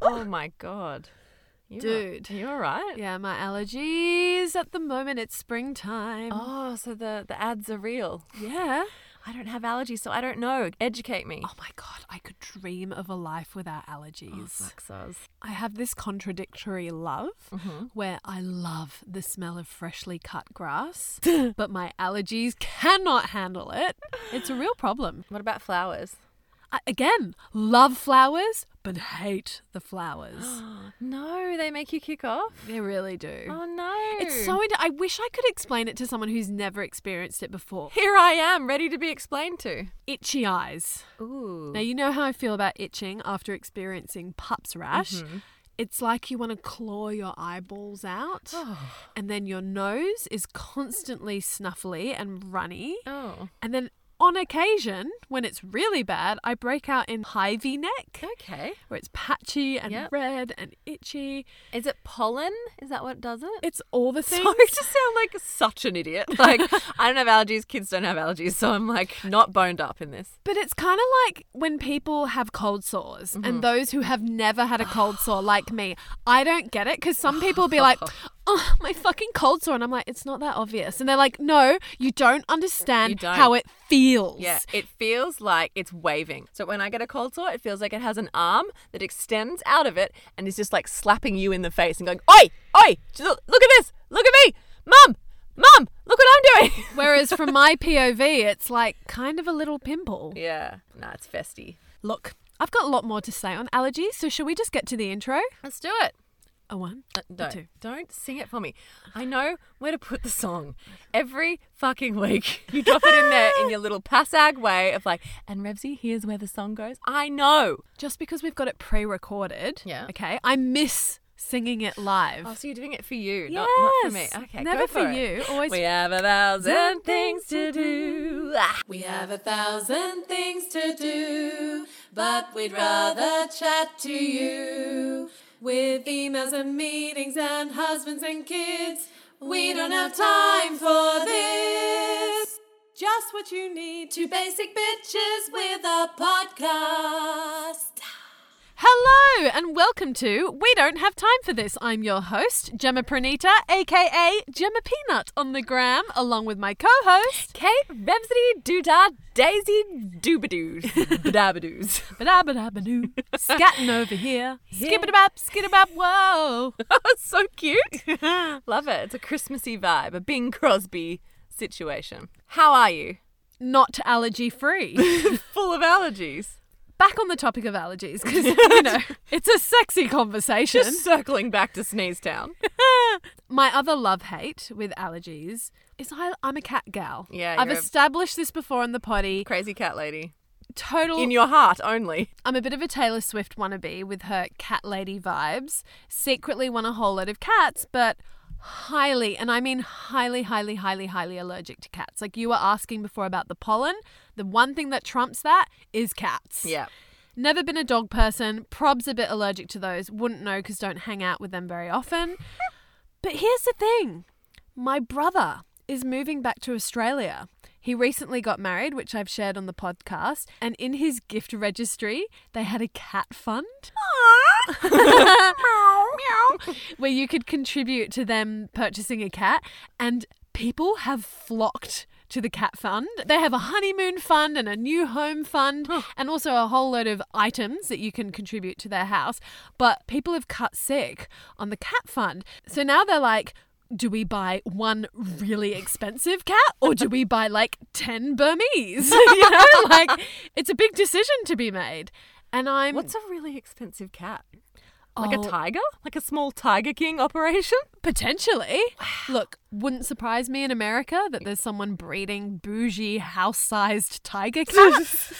Oh my god. You Dude. Are, you all right? Yeah, my allergies at the moment. It's springtime. Oh, so the, the ads are real. Yeah. I don't have allergies, so I don't know. Educate me. Oh my god, I could dream of a life without allergies. sucks us. I have this contradictory love where I love the smell of freshly cut grass, but my allergies cannot handle it. It's a real problem. What about flowers? I, again, love flowers, but hate the flowers. No, they make you kick off. they really do. Oh no. It's so. Ind- I wish I could explain it to someone who's never experienced it before. Here I am, ready to be explained to. Itchy eyes. Ooh. Now you know how I feel about itching after experiencing pup's rash. It's like you want to claw your eyeballs out, and then your nose is constantly snuffly and runny. Oh. And then on occasion, when it's really bad, I break out in hivey neck, Okay. where it's patchy and Yep. red and itchy. Is it pollen? Is that what does it? It's all the things. Sorry to sound like such an idiot. Like I don't have allergies, kids don't have allergies, so I'm like not boned up in this. But it's kind of like when people have cold sores Mm-hmm. and those who have never had a cold sore, like me, I don't get it because some people be like, oh, my fucking cold sore. And I'm like, it's not that obvious. And they're like, no, you don't understand You don't. how it feels. Yeah, it feels like it's waving. So when I get a cold sore, it feels like it has an arm that extends out of it and is just like slapping you in the face and going, "Oi, oi! just Look look at this! Look at me, mum, mum! Look what I'm doing!" Whereas from my POV, it's like kind of a little pimple. yeah, nah, it's festy. Look, I've got a lot more to say on allergies. So shall we just get to the intro? Let's do it. A one, Uh, a don't, two. don't sing it for me. I know where to put the song every fucking week. You drop it in there in your little passag way of like, and Revsy, here's where the song goes. I know. Just because we've got it pre recorded, Yeah. okay, I miss singing it live. Oh, so you're doing it for you, yes. not, not for me. Okay, Never go for, it. you. Always We have a thousand things to do. We have a thousand things to do, but we'd rather chat to you. With emails and meetings and husbands and kids, we don't have time for this. Just what you need two basic bitches with a podcast. Hello and welcome to We Don't Have Time for This. I'm your host, Gemma Pranita, aka Gemma Peanut on the gram, along with my co host, Kate Rhapsody Doodah Daisy Doobadoos. Badabadoos. Badabadabadoo, scatting over here, skibbidabab, skiddabab, whoa. That was so cute. Love it. It's a Christmassy vibe, a Bing Crosby situation. How are you? Not allergy free. Full of allergies. Back on the topic of allergies, because, you know, it's a sexy conversation. Just circling back to Sneeze Town. my other love hate with allergies is I, I'm a cat gal. Yeah, I've you're a- established this before in the potty. Crazy cat lady. Total In your heart only. I'm a bit of a Taylor Swift wannabe with her cat lady vibes. Secretly want a whole lot of cats, but highly, and I mean highly, highly, highly, highly allergic to cats. Like you were asking before about the pollen. The one thing that trumps that is cats. Yeah. Never been a dog person. Prob's a bit allergic to those. Wouldn't know because don't hang out with them very often. But here's the thing my brother is moving back to Australia. He recently got married, which I've shared on the podcast, and in his gift registry, they had a cat fund. Meow. Where you could contribute to them purchasing a cat, and people have flocked to the cat fund. They have a honeymoon fund and a new home fund, and also a whole load of items that you can contribute to their house. But people have cut sick on the cat fund. So now they're like, do we buy one really expensive cat or do we buy like 10 Burmese? you know, like it's a big decision to be made. And I'm What's a really expensive cat? Like Oh. a tiger? Like a small Tiger King operation? potentially look, wouldn't surprise me in America that there's someone breeding bougie house sized tiger cats,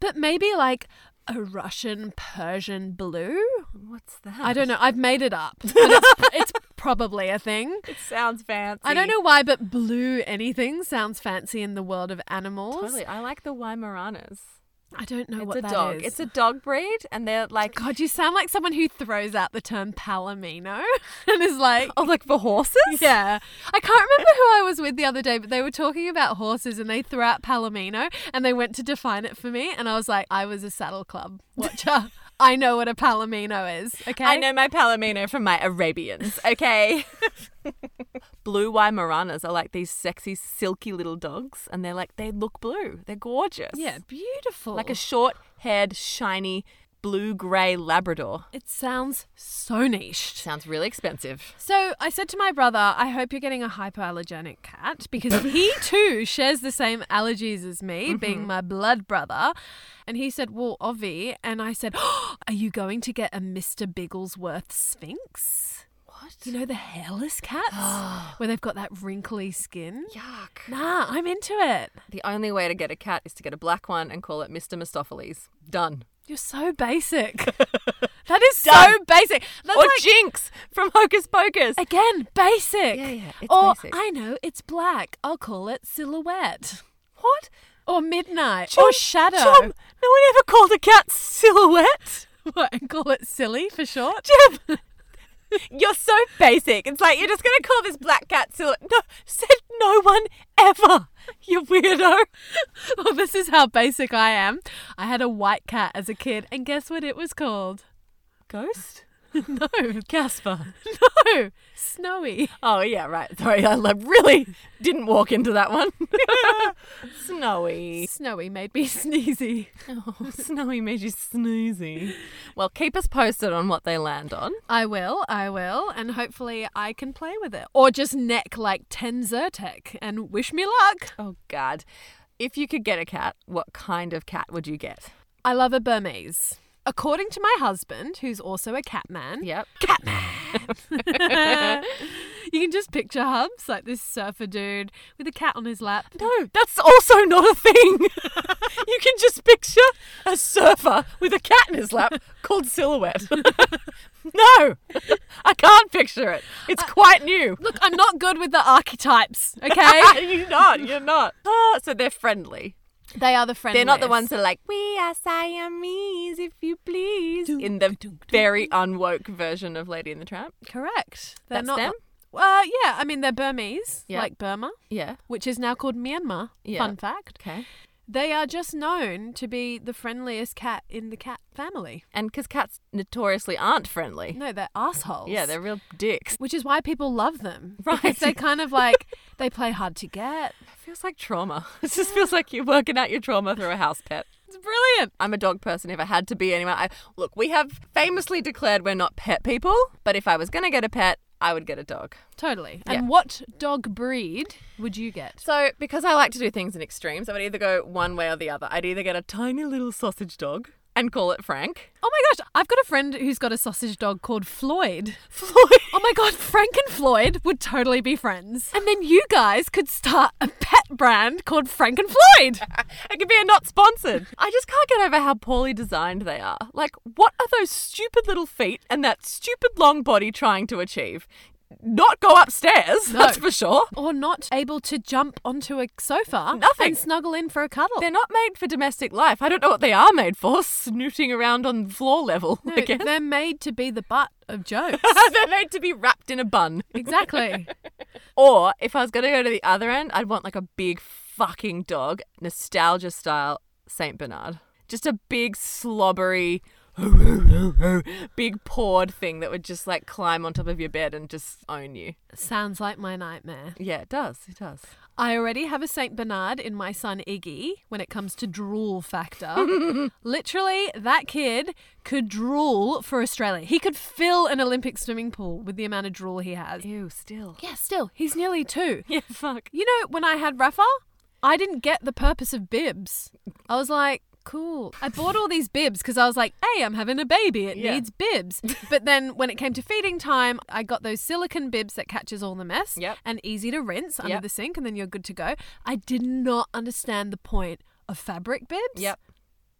but maybe like a Russian Persian blue. What's that? I don't know. I've made it up, but it's, it's probably a thing. It sounds fancy. I don't know why, but blue anything sounds fancy in the world of animals. Totally. I like the Weimaraners. I don't know It's what a that is. dog. It's a dog breed, and they're like, God, you sound like someone who throws out the term palomino and is like, oh, like for horses? yeah. I can't remember who I was with the other day, but they were talking about horses and they threw out palomino and they went to define it for me. And I was like, I was a saddle club watcher. I know what a palomino is. Okay. I know my palomino from my Arabians, okay? blue Weimaraners are like these sexy, silky little dogs, and they're like, they look blue. They're gorgeous. Yeah, beautiful. Like a short haired, shiny, blue grey Labrador. it sounds so niched. Sounds really expensive. So I said to my brother, I hope you're getting a hypoallergenic cat because he too shares the same allergies as me, Mm-hmm. being my blood brother. And he said, Well, Ovi. And I said, oh, Are you going to get a Mr. Bigglesworth Sphinx? What? You know, the hairless cats where they've got that wrinkly skin? Yuck. Nah, I'm into it. The only way to get a cat is to get a black one and call it Mr. Mistopheles. Done. You're so basic. that is so Done. basic. That's or like- Jinx from Hocus Pocus. Again, basic. Yeah, yeah, it's or basic. I know it's black. I'll call it silhouette. What? Or midnight. Chum, or shadow. Chum, no one ever called a cat silhouette. What, and call it silly for short. Jim, you're so basic. It's like you're just going to call this black cat silhouette. No, said no one ever. You weirdo. well, this is how basic I am. I had a white cat as a kid, and guess what it was called? Ghost? no, Casper. no, snowy. Oh yeah, right. Sorry, I lo- really didn't walk into that one. Snowy. Snowy made me sneezy. Oh, snowy made you snoozy. Well, keep us posted on what they land on. I will, I will, and hopefully I can play with it. Or just neck like 10 Zyrtec and wish me luck. Oh God. If you could get a cat, what kind of cat would you get? I love a Burmese. According to my husband, who's also a cat man, Yep. you can just picture Hubs like this surfer dude with a cat on his lap. No, that's also not a thing. you can just picture a surfer with a cat in his lap called Silhouette. no, I can't picture it. It's quite new. Look, I'm not good with the archetypes, okay? you're not. You're not. Ah, so they're friendly. they are the friendly. They're not the ones that are like, we are Siamese, if you please, in the very unwoke version of Lady and the Tramp. Correct. They're That's not. them? Uh, yeah, I mean, they're Burmese, Yeah. like Burma, Yeah. which is now called Myanmar. Yeah. Fun fact. Okay. They are just known to be the friendliest cat in the cat family. And because cats notoriously aren't friendly. No, they're assholes. Yeah, they're real dicks. which is why people love them. Right. Because they kind of like they play hard to get. It feels like trauma. It just feels like you're working out your trauma through a house pet. It's brilliant. I'm a dog person. If I had to be anyone, I, look, we have famously declared we're not pet people, but if I was going to get a pet, I would get a dog. Totally. Yeah. And what dog breed would you get? So, because I like to do things in extremes, I would either go one way or the other. I'd either get a tiny little sausage dog and call it Frank. Oh my gosh, I've got a friend who's got a sausage dog called Floyd. Floyd. Oh my god, Frank and Floyd would totally be friends. And then you guys could start a pet brand called Frank and Floyd. It could be a not sponsored. I just can't get over how poorly designed they are. Like, what are those stupid little feet and that stupid long body trying to achieve? Not go upstairs, that's for sure. Or not able to jump onto a sofa Nothing. and snuggle in for a cuddle. They're not made for domestic life. I don't know what they are made for, snooting around on the floor level No, again. they're made to be the butt of jokes. They're made to be wrapped in a bun. exactly. Or if I was going to go to the other end, I'd want like a big fucking dog, nostalgia style St. Bernard. Just a big slobbery, big pawed thing that would just like climb on top of your bed and just own you. Sounds like my nightmare. Yeah, it does. It does. I already have a St. Bernard in my son Iggy when it comes to drool factor. Literally, that kid could drool for Australia. He could fill an Olympic swimming pool with the amount of drool he has. Ew, still. Yeah, still, he's nearly two. Yeah, fuck. You know, when I had Rafa, I didn't get the purpose of bibs. I was like, cool. I bought all these bibs because I was like, hey, I'm having a baby. It Yeah. needs bibs. But then when it came to feeding time, I got those silicone bibs that catches all the mess Yep. and easy to rinse under Yep. the sink and then you're good to go. I did not understand the point of fabric bibs Yep.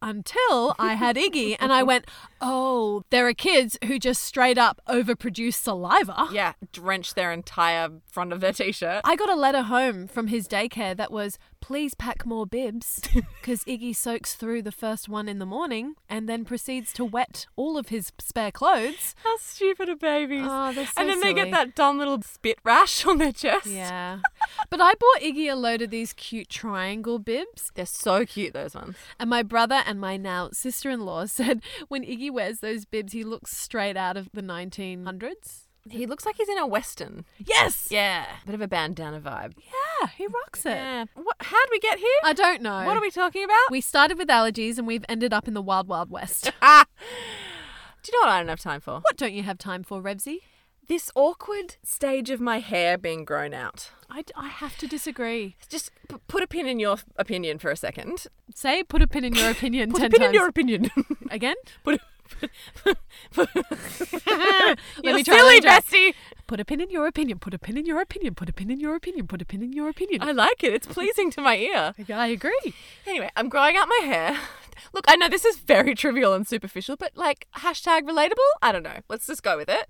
until I had Iggy and I went, oh, there are kids who just straight up overproduce saliva. Yeah, drench their entire front of their t shirt. I got a letter home from his daycare that was, please pack more bibs because Iggy soaks through the first one in the morning and then proceeds to wet all of his spare clothes. How stupid are babies? Oh, they're so and then they silly. get that dumb little spit rash on their chest. Yeah. But I bought Iggy a load of these cute triangle bibs, They're so cute, those ones. and my brother and my now sister in law said when Iggy wears those bibs, he looks straight out of the 1900s. He looks like he's in a Western. Yes! Yeah. Bit of a bandana vibe. Yeah, he rocks it. What, how'd we get here? I don't know. what are we talking about? We started with allergies and we've ended up in the wild, wild west. ah. Do you know what I don't have time for? what don't you have time for, Revsy? This awkward stage of my hair being grown out. I, I have to disagree. Just p- put a pin in your opinion for a second. Say, put a pin in your opinion Put 10 a pin times. in your opinion. Again? put a- put a- Let me You're try, let silly, me try. bestie. Put a pin in your opinion. Put a pin in your opinion. Put a pin in your opinion. Put a pin in your opinion. I like it. It's pleasing to my ear. I agree. Anyway, I'm growing out my hair. Look, I know this is very trivial and superficial, but like hashtag relatable? I don't know. Let's just go with it.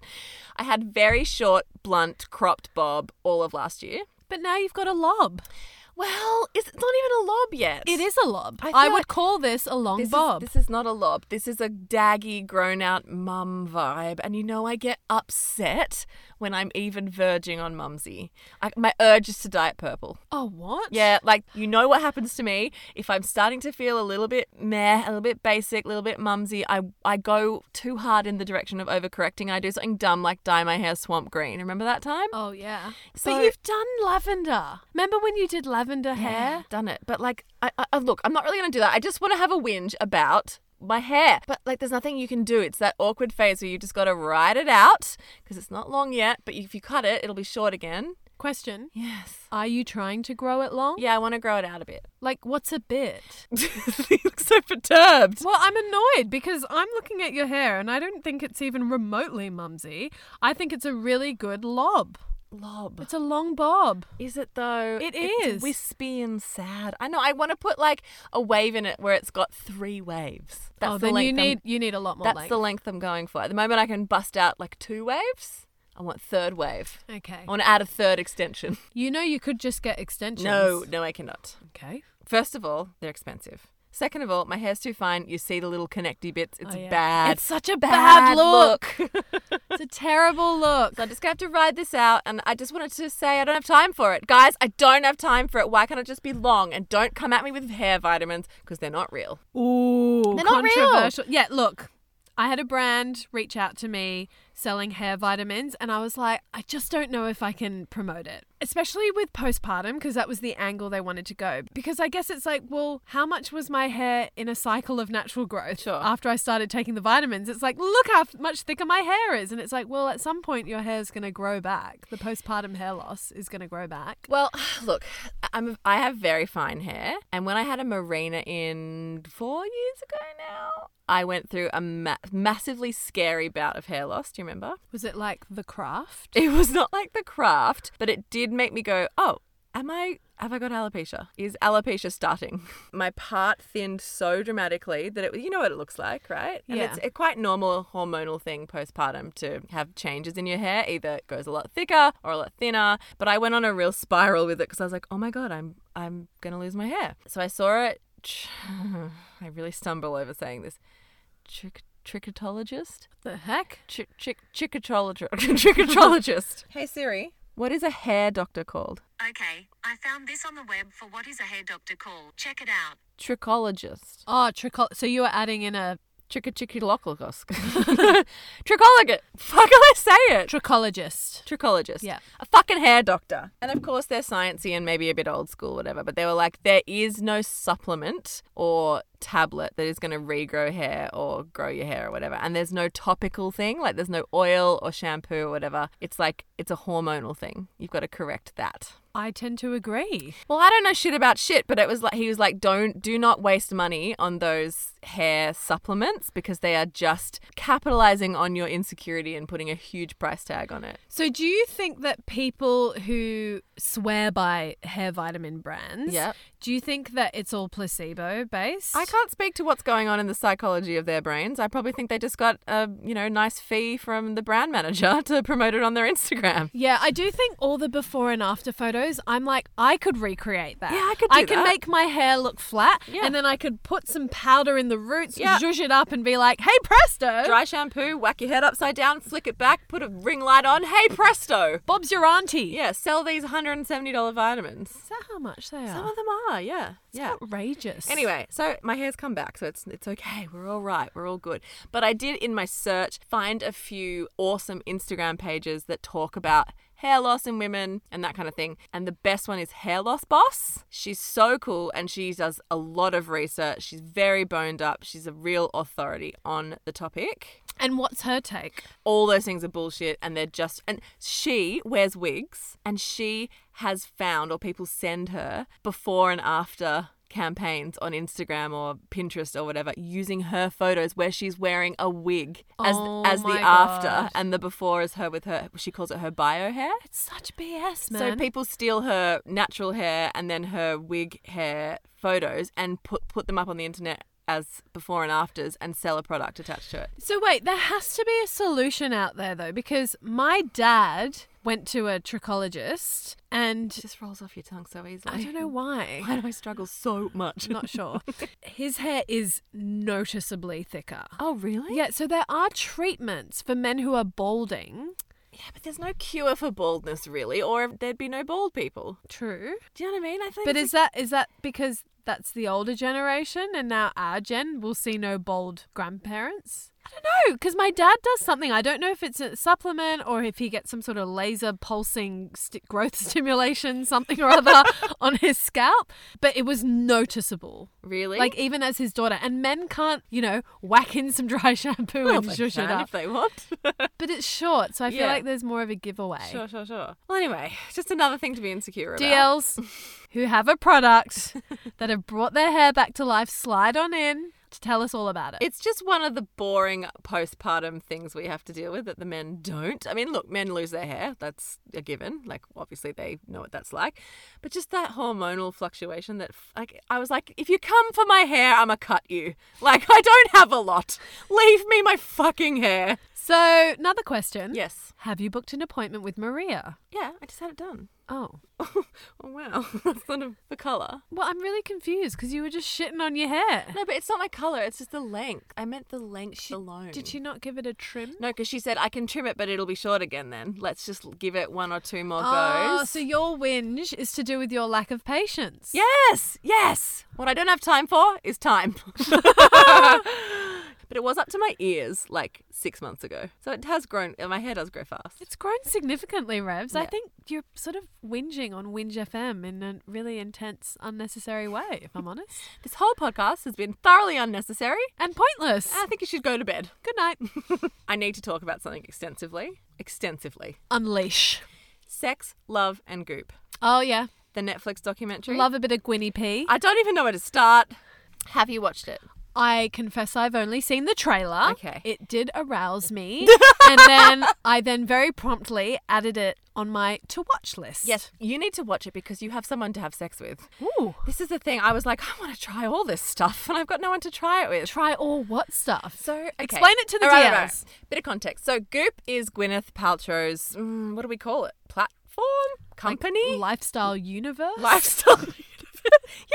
I had very short, blunt, cropped bob all of last year. But now you've got a lob. Well, it's it's not even a lob yet. It is a lob. I I, feel would like call this a long This is- bob. this is not a lob. This is a daggy, grown out mum vibe. And you know, I get upset when I'm even verging on mumsy. I, my urge is to dye it purple. oh, what? Yeah, like you know what happens to me if I'm starting to feel a little bit meh, a little bit basic, a little bit mumsy. I I go too hard in the direction of overcorrecting. I do something dumb like dye my hair swamp green. Remember that time? Oh, yeah. So- but you've done lavender. Remember when you did lavender hair? done it. But like, I, I I- look, I'm not really gonna do that. I just want to have a whinge about my hair. But like, there's nothing you can do. It's that awkward phase where you just got to ride it out because it's not long yet. But if you cut it, it'll be short again. Question Yes. Are you trying to grow it long? Yeah, I want to grow it out a bit. Like, what's a bit? you look so perturbed. Well, I'm annoyed because I'm looking at your hair and I don't think it's even remotely mumsy. I think it's a really good lob. Lob. It's a long bob. Is it though? It It's is. wispy and sad. I know. I want to put like a wave in it where it's got three waves. That's oh, the then length. you I'm- need you need a lot more that's length. the length I'm going for. At the moment, I can bust out like two waves. I want third wave. okay. I want to add a third extension. You know you could just get extensions. No, no, I cannot. Okay. First of all, they're expensive. Second of all, my hair's too fine. You see the little connecty bits. It's Oh, yeah. bad. It's such a bad, look. look. It's a terrible look. So I'm just gonna have to ride this out, and I just wanted to say I don't have time for it, guys. I don't have time for it. Why can't it just be long? And don't come at me with hair vitamins because they're not real. Ooh, They're not real. controversial. Yeah, look. I had a brand reach out to me selling hair vitamins, and I was like, I just don't know if I can promote it, especially with postpartum, because that was the angle they wanted to go. Because I guess it's like, well, how much was my hair in a cycle of natural growth Sure. after I started taking the vitamins? It's like, look how much thicker my hair is. And it's like, well, at some point, your hair's going to grow back. The postpartum hair loss is going to grow back. Well, look, I'm I have very fine hair, and when I had a Marina in four years ago now, I went through a ma- massively scary bout of hair loss. Do you remember? Was it like the craft? It was not like the craft, but it did make me go, oh, am I. Have I got alopecia? Is alopecia starting? My part thinned so dramatically that it, you know what it looks like, right? And Yeah. it's a quite normal hormonal thing postpartum to have changes in your hair. Either it goes a lot thicker or a lot thinner. But I went on a real spiral with it because I was like, oh my god, I'm I'm gonna lose my hair. So I saw it. I really stumble over saying this. Trick, trichotologist The heck? chick chick chickatrologist. hey Siri, what is a hair doctor called? Okay, I found this on the web for what is a hair doctor called. Check it out. Trichologist. Oh, trichol. So you were adding in a Trichotologist. Trichologist. Fuck, I say it. trichologist. Trichologist. Yeah. A fucking hair doctor. And of course, they're sciencey and maybe a bit old school, whatever. But they were like, there is no supplement or tablet that is going to regrow hair or grow your hair or whatever. And there's no topical thing. Like, there's no oil or shampoo or whatever. It's like, it's a hormonal thing. You've got to correct that. I tend to agree. Well, I don't know shit about shit, but it was like he was like, don't do not waste money on those hair supplements because they are just capitalizing on your insecurity and putting a huge price tag on it. So, do you think that people who swear by hair vitamin brands, Yep. Do you think that it's all placebo based? I can't speak to what's going on in the psychology of their brains. I probably think they just got a you know nice fee from the brand manager to promote it on their Instagram. Yeah, I do think all the before and after photos, I'm like, I could recreate that. Yeah, I could I do can that. make my hair look flat, Yeah. and then I could put some powder in the roots, Yeah. zhuzh it up, and be like, hey, presto! Dry shampoo, whack your head upside down, flick it back, put a ring light on. Hey presto! Bob's your auntie. Yeah, sell these hundred and seventy dollar vitamins. Is that how much they are? Some of them are, yeah, yeah. Outrageous. Anyway, so my hair's come back, so it's it's okay. We're all right. We're all good. But I did in my search find a few awesome Instagram pages that talk about hair loss in women and that kind of thing. And the best one is Hair Loss Boss. She's so cool and she does a lot of research. She's very boned up. She's a real authority on the topic. And what's her take? All those things are bullshit and they're just and she wears wigs and she has found or people send her before and after campaigns on Instagram or Pinterest or whatever using her photos where she's wearing a wig as Oh as the my after God. and the before is her with her she calls it her bio hair. It's such BS, man. So people steal her natural hair and then her wig hair photos and put put them up on the internet as before and afters and sell a product attached to it. So wait, there has to be a solution out there though, because my dad went to a trichologist, and It just rolls off your tongue so easily. I don't know why. Why do I struggle so much? Not sure. His hair is noticeably thicker. oh, really? Yeah, so there are treatments for men who are balding. Yeah, but there's no cure for baldness, really, or there'd be no bald people. True. Do you know what I mean? I think. But it's is that is that because that's the older generation and now our gen will see no bald grandparents? I don't know, because my dad does something. I don't know if it's a supplement or if he gets some sort of laser pulsing st- growth stimulation, something or other, on his scalp. But it was noticeable. like- really Like even as his daughter, and men can't, you know, whack in some dry shampoo Well, and they zhuzh it can up. if they want. But it's short, so I feel Yeah. like there's more of a giveaway. sure, sure, sure. Well, anyway, just another thing to be insecure about. DLs who have a product that have brought their hair back to life, slide on in to tell us all about it. It's just one of the boring postpartum things we have to deal with that the men don't. I mean, look, men lose their hair. That's a given. Like, obviously, they know what that's like. But just that hormonal fluctuation that, like, I was like, if you come for my hair, I'm going to cut you. Like, I don't have a lot. Leave me my fucking hair. so, another question. Yes. Have you booked an appointment with Maria? Yeah, I just had it done. Oh. oh, wow. That's sort of the colour. Well, I'm really confused because you were just shitting on your hair. No, but it's not my colour. It's just the length. I meant the length alone. Did she not give it a trim? No, because she said I can trim it, but it'll be short again. Then let's just give it one or two more Oh, goes. so your whinge is to do with your lack of patience. yes, yes. What I don't have time for is time. but it was up to my ears like six months ago, so it has grown. My hair does grow fast. It's grown significantly, Revs. I Yeah. think you're sort of whinging on Whinge FM in a really intense, unnecessary way, if I'm honest. This whole podcast has been thoroughly unnecessary. And pointless. I think you should go to bed. Good night. I need to talk about something extensively. Extensively. Unleash. Sex, love, and goop. Oh yeah, The Netflix documentary. love a bit of Gwynny P. I I don't even know where to start. Have you watched it? confess I've only seen the trailer. Okay. It did arouse me, and then I then very promptly added it on my to watch list. Yes, you need to watch it because you have someone to have sex with. Ooh. This is the thing. I was like, I want to try all this stuff, and I've got no one to try it with. Try all what stuff? So okay. explain it to the All DLs. right, all right. Bit of context. So Goop is Gwyneth Paltrow's. mm, what do we call it? Platform Like, company lifestyle universe. lifestyle. universe.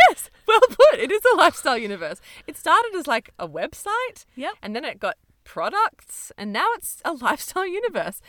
yes, well put. It is a lifestyle universe. It started as like a website. Yep. And then it got products and now it's a lifestyle universe.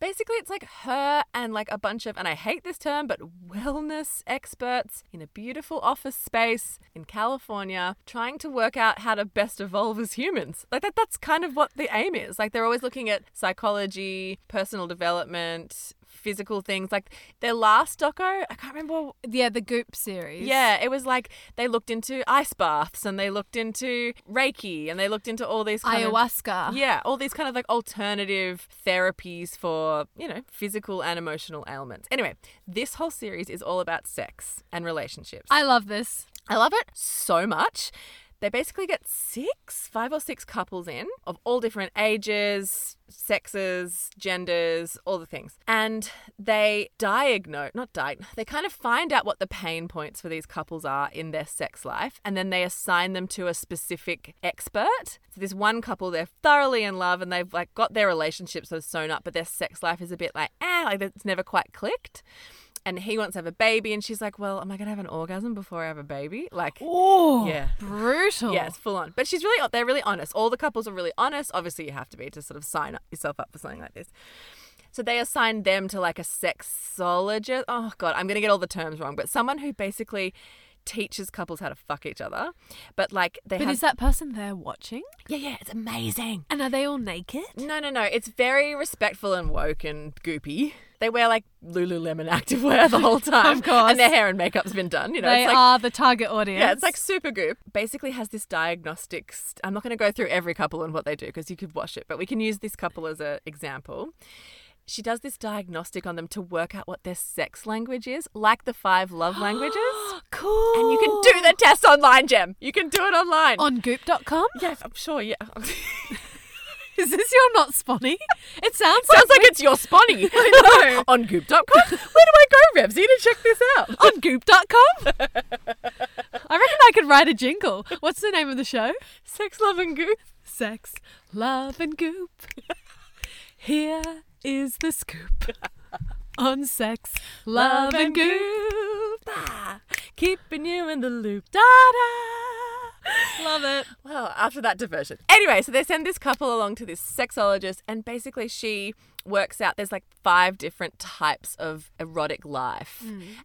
Basically it's like her and like a bunch of and I hate this term but wellness experts in a beautiful office space in California trying to work out how to best evolve as humans. Like that that's kind of what the aim is. Like they're always looking at psychology, personal development, physical things. Like their last doco, I can't remember yeah, the Goop series. yeah, it was like they looked into ice baths and they looked into Reiki and they looked into all these kind ayahuasca. Of, yeah, all these kind of like alternative therapies for, you know, physical and emotional ailments. Anyway, this whole series is all about sex and relationships. I love this. I love it so much. They basically get six, five or six couples in of all different ages, sexes, genders, all the things. And they diagnose, not diagnose, they kind of find out what the pain points for these couples are in their sex life. And then they assign them to a specific expert. So this one couple, they're thoroughly in love and they've like got their relationship sort of sewn up, but their sex life is a bit like, ah, like it's never quite clicked. And he wants to have a baby, and she's like, "Well, am I gonna have an orgasm before I have a baby?" Like, Oh, Yeah. brutal. yeah, it's full on. But she's really, they're really honest. All the couples are really honest. Obviously, you have to be to sort of sign up, yourself up for something like this. So they assigned them to like a sexologist. Oh, God, I'm going to get all the terms wrong, but someone who basically teaches couples how to fuck each other. But like, they But have. is that person there watching? Mm. yeah, yeah, it's amazing. And are they all naked? No, no, no. It's very respectful and woke and goopy. They wear like Lululemon activewear the whole time. course. And their hair and makeup's been done. You know, they it's like, are the target audience. yeah, it's like super goop. Basically, has this diagnostics. I'm not going to go through every couple and what they do because you could watch it, but we can use this couple as an example. She does this diagnostic on them to work out what their sex language is, like the five love languages. cool. and you can do the test online, Jem. You can do it online. on goop.com? yes, I'm sure. Oh, Yeah, Is this your not sponny? It sounds, sounds like it's your sponny. I know. on Goop.com. Where do I go, Revsy, to check this out? on goop.com. I reckon I could write a jingle. What's the name of the show? Sex, love, and goop. Sex, love, and goop. Here is the scoop on sex, love, and goop. Ah, keeping you in the loop. Da da. Love it. Well, after that diversion. Anyway, so they send this couple along to this sexologist, and basically she works out there's like five different types of erotic life.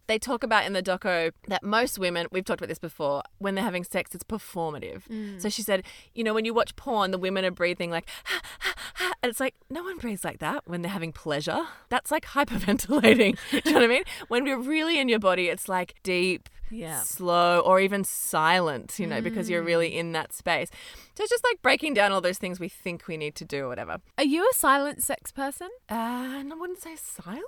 They talk about in the doco that most women, we've talked about this before, when they're having sex, it's performative. So she said, you know, when you watch porn, the women are breathing like, and it's like, no one breathes like that when they're having pleasure. That's like hyperventilating. Do you know what I mean? When we're really in your body, it's like deep, Yeah. slow or even silent, you know, because you're really in that space. So it's just like breaking down all those things we think we need to do or whatever. Are you a silent sex person? Uh, and I wouldn't say silent,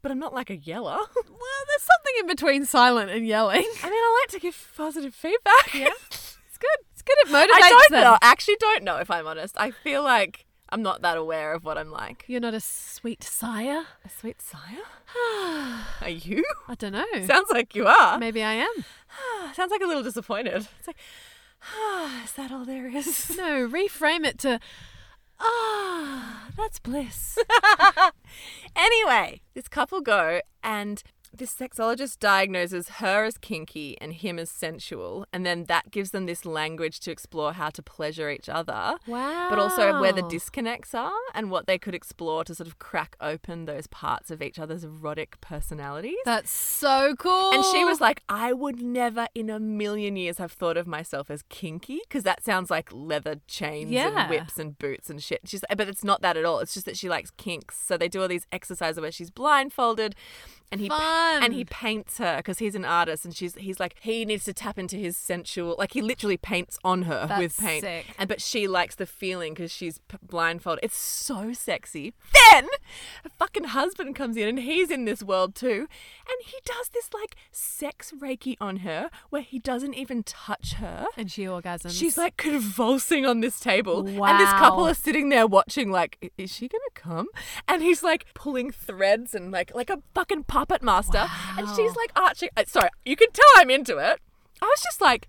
but I'm not like a yeller. Well, there's something in between silent and yelling. I mean, I like to give positive feedback. Yeah. It's good. It's good. It motivates I don't them. know. I actually don't know if I'm honest. I feel like I'm not that aware of what I'm like. You're not a sweet sire. A sweet sire? are you? I don't know. Sounds like you are. Maybe I am. Sounds like a little disappointed. It's like, ah, is that all there is? No, reframe it to ah, that's bliss. Anyway, this couple go and this sexologist diagnoses her as kinky and him as sensual, and then that gives them this language to explore how to pleasure each other. Wow. But also where the Oh. disconnects are and what they could explore to sort of crack open those parts of each other's erotic personalities. That's so cool. And she was like, I would never in a million years have thought of myself as kinky because that sounds like leather chains Yeah. and whips and boots and shit. She's, but it's not that at all. It's just that she likes kinks. So they do all these exercises where she's blindfolded, and he Fun. and he paints her because he's an artist, and she's he's like he needs to tap into his sensual. Like he literally paints on her with That's paint, sick. and but she likes the feeling because she's p- blindfolded. It's so sexy. Then her fucking husband comes in and he's in this world too, and he does this like sex reiki on her where he doesn't even touch her. and she orgasms. She's like convulsing on this table, and this Wow. couple are sitting there watching, like, "I- is she gonna come? And he's like pulling threads and like like a fucking puppet master, and she's like arching. uh, Sorry, you can tell I'm into it. I was just like,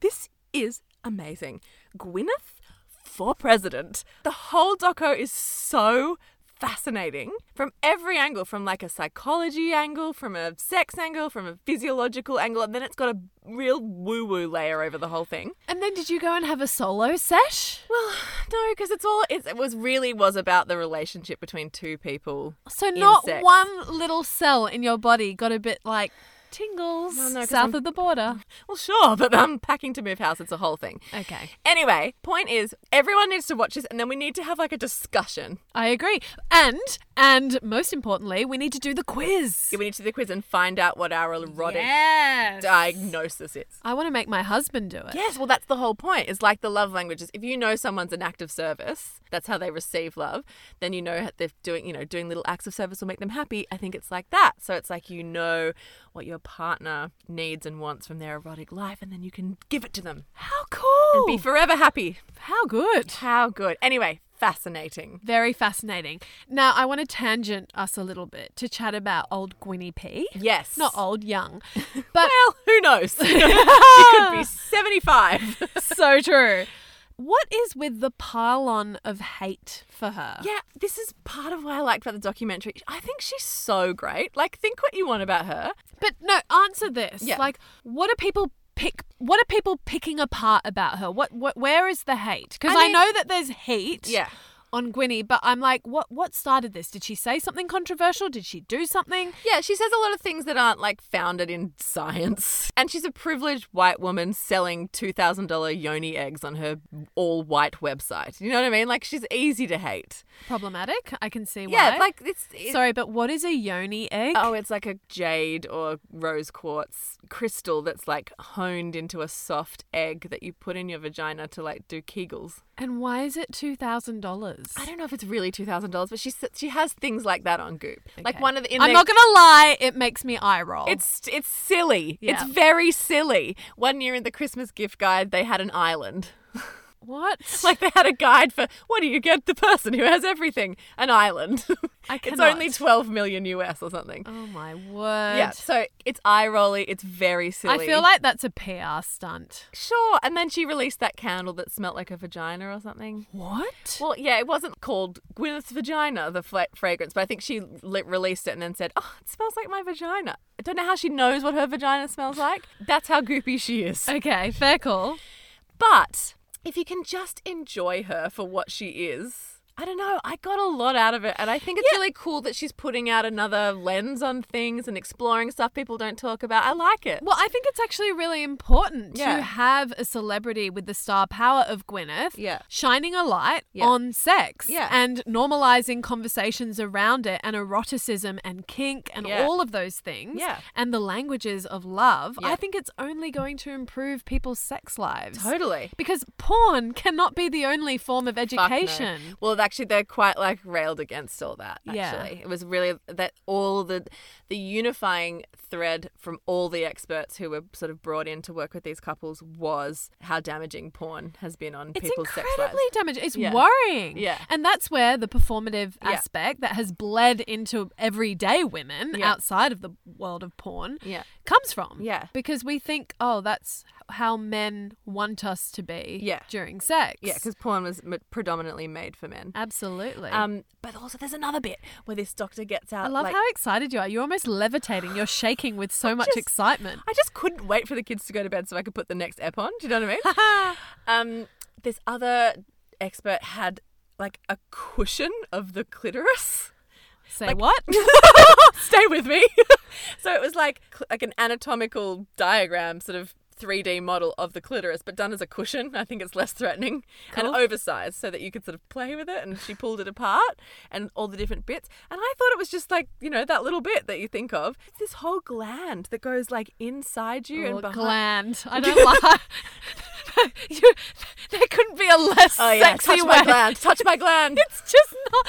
this is amazing, Gwyneth for president. The whole doco is so fascinating from every angle from like a psychology angle from a sex angle from a physiological angle and then it's got a real woo woo layer over the whole thing And then did you go and have a solo sesh? well, no, because it's all it's, it was really was about the relationship between two people. So not Insects. one little cell in your body got a bit like tingles Well, no, 'cause south I'm- of the border. Well, sure, but I'm packing to move house. It's a whole thing. Okay. Anyway, point is, everyone needs to watch this, and then we need to have like a discussion. I agree. And and most importantly, we need to do the quiz. We need to do the quiz and find out what our erotic Yes. diagnosis is. I want to make my husband do it. Yes, well, that's the whole point. It's like the love languages. If you know someone's an act of service, that's how they receive love. Then you know they're doing, you know, doing little acts of service will make them happy. I think it's like that. So it's like you know what your your partner needs and wants from their erotic life, and then you can give it to them How cool. and be forever happy. How good. How good. Anyway, fascinating. Very fascinating. Now, I want to tangent us a little bit to chat about old Gwynnie P. Yes. Not old, young. But Well, who knows? she could be 75. so true. What is with the pylon of hate for her? Yeah, this is part of what I liked about the documentary. I think she's so great. Like, think what you want about her. But no, answer this. Yeah. Like, what are people pick? What are people picking apart about her? What? What? Where is the hate? Because I I, mean- know that there's hate. Yeah. On Gwynnie, but I'm like, what? What started this? Did she say something controversial? Did she do something? Yeah, she says a lot of things that aren't like founded in science. And she's a privileged white woman selling $2,000 yoni eggs on her all white website. You know what I mean? Like, she's easy to hate. Problematic. I can see why. Yeah, like, it's. it's sorry, but what is a yoni egg? Oh, it's like a jade or rose quartz crystal that's like honed into a soft egg that you put in your vagina to like do Kegels. And why is it two thousand dollars? I don't know if it's really two thousand dollars, but she s- she has things like that on Goop. Like Okay. one of the. In I'm their- not gonna lie, it makes me eye roll. It's it's silly. Oh. Yeah. It's very silly. One year in the Christmas gift guide, they had an island. what? Like they had a guide for what do you get the person who has everything? An island. I it's only cannot. twelve million US or something. oh my word. Yeah, so it's eye rolly. It's very silly. I feel like that's a PR stunt. Sure. And then she released that candle that smelt like a vagina or something. What? Well, yeah, it wasn't called Gwyneth's Vagina, the fla- fragrance, but I think she li- released it and then said, Oh, it smells like my vagina. I don't know how she knows what her vagina smells like. That's how goopy she is. Okay, fair call. But if you can just enjoy her for what she is, I don't know, I got a lot out of it. And I think it's really cool that she's putting out another lens on things and exploring stuff people don't talk about. I like it. Well, I think it's actually really important Yeah. to have a celebrity with the star power of Gwyneth Yeah. shining a light Yeah. on sex Yeah. and normalizing conversations around it and eroticism and kink and Yeah. all of those things Yeah. and the languages of love. Yeah. I think it's only going to improve people's sex lives. Totally. Because porn cannot be the only form of Fuck no. education. Well, actually, they're quite like railed against all that. Actually, Yeah. it was really that all the the unifying thread from all the experts who were sort of brought in to work with these couples was how damaging porn has been on It's people's sex lives. incredibly damaging. It's Yeah. worrying. Yeah. And that's where the performative Yeah. aspect that has bled into everyday women Yeah. outside of the world of porn Yeah. comes from. Yeah. Because we think, oh, that's how men want us to be Yeah. during sex. Yeah, because porn was m- predominantly made for men. Absolutely. Um, but also there's another bit where this doctor gets out. I love like, how excited you are. You're almost levitating. You're shaking with so much just- excitement. I just couldn't wait for the kids to go to bed so I could put the next ep on. Do you know what I mean? um, this other expert had like a cushion of the clitoris. Say what? Stay with me. so it was like cl- like an anatomical diagram, sort of 3D model of the clitoris, but done as a cushion. I think it's less threatening and Cool. oversized, so that you could sort of play with it. And she pulled it apart and all the different bits. And I thought it was just like you know that little bit that you think of. It's this whole gland that goes like inside you Or and behind. Oh, gland. I don't lie. you, there couldn't be a less Oh yeah, sexy touch way. my gland. Touch my gland. It's just not.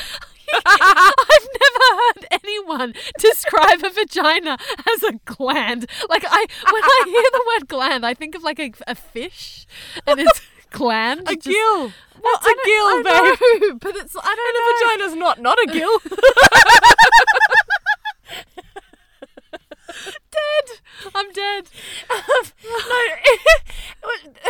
I've never heard anyone describe a vagina as a gland. Like I, when I hear the word gland, I think of like a, a fish, and it's gland. a just- gill. What's a I don't- gill, babe? I know, but it's I don't know. And a vagina's not not a gill. Dead. I'm dead. no,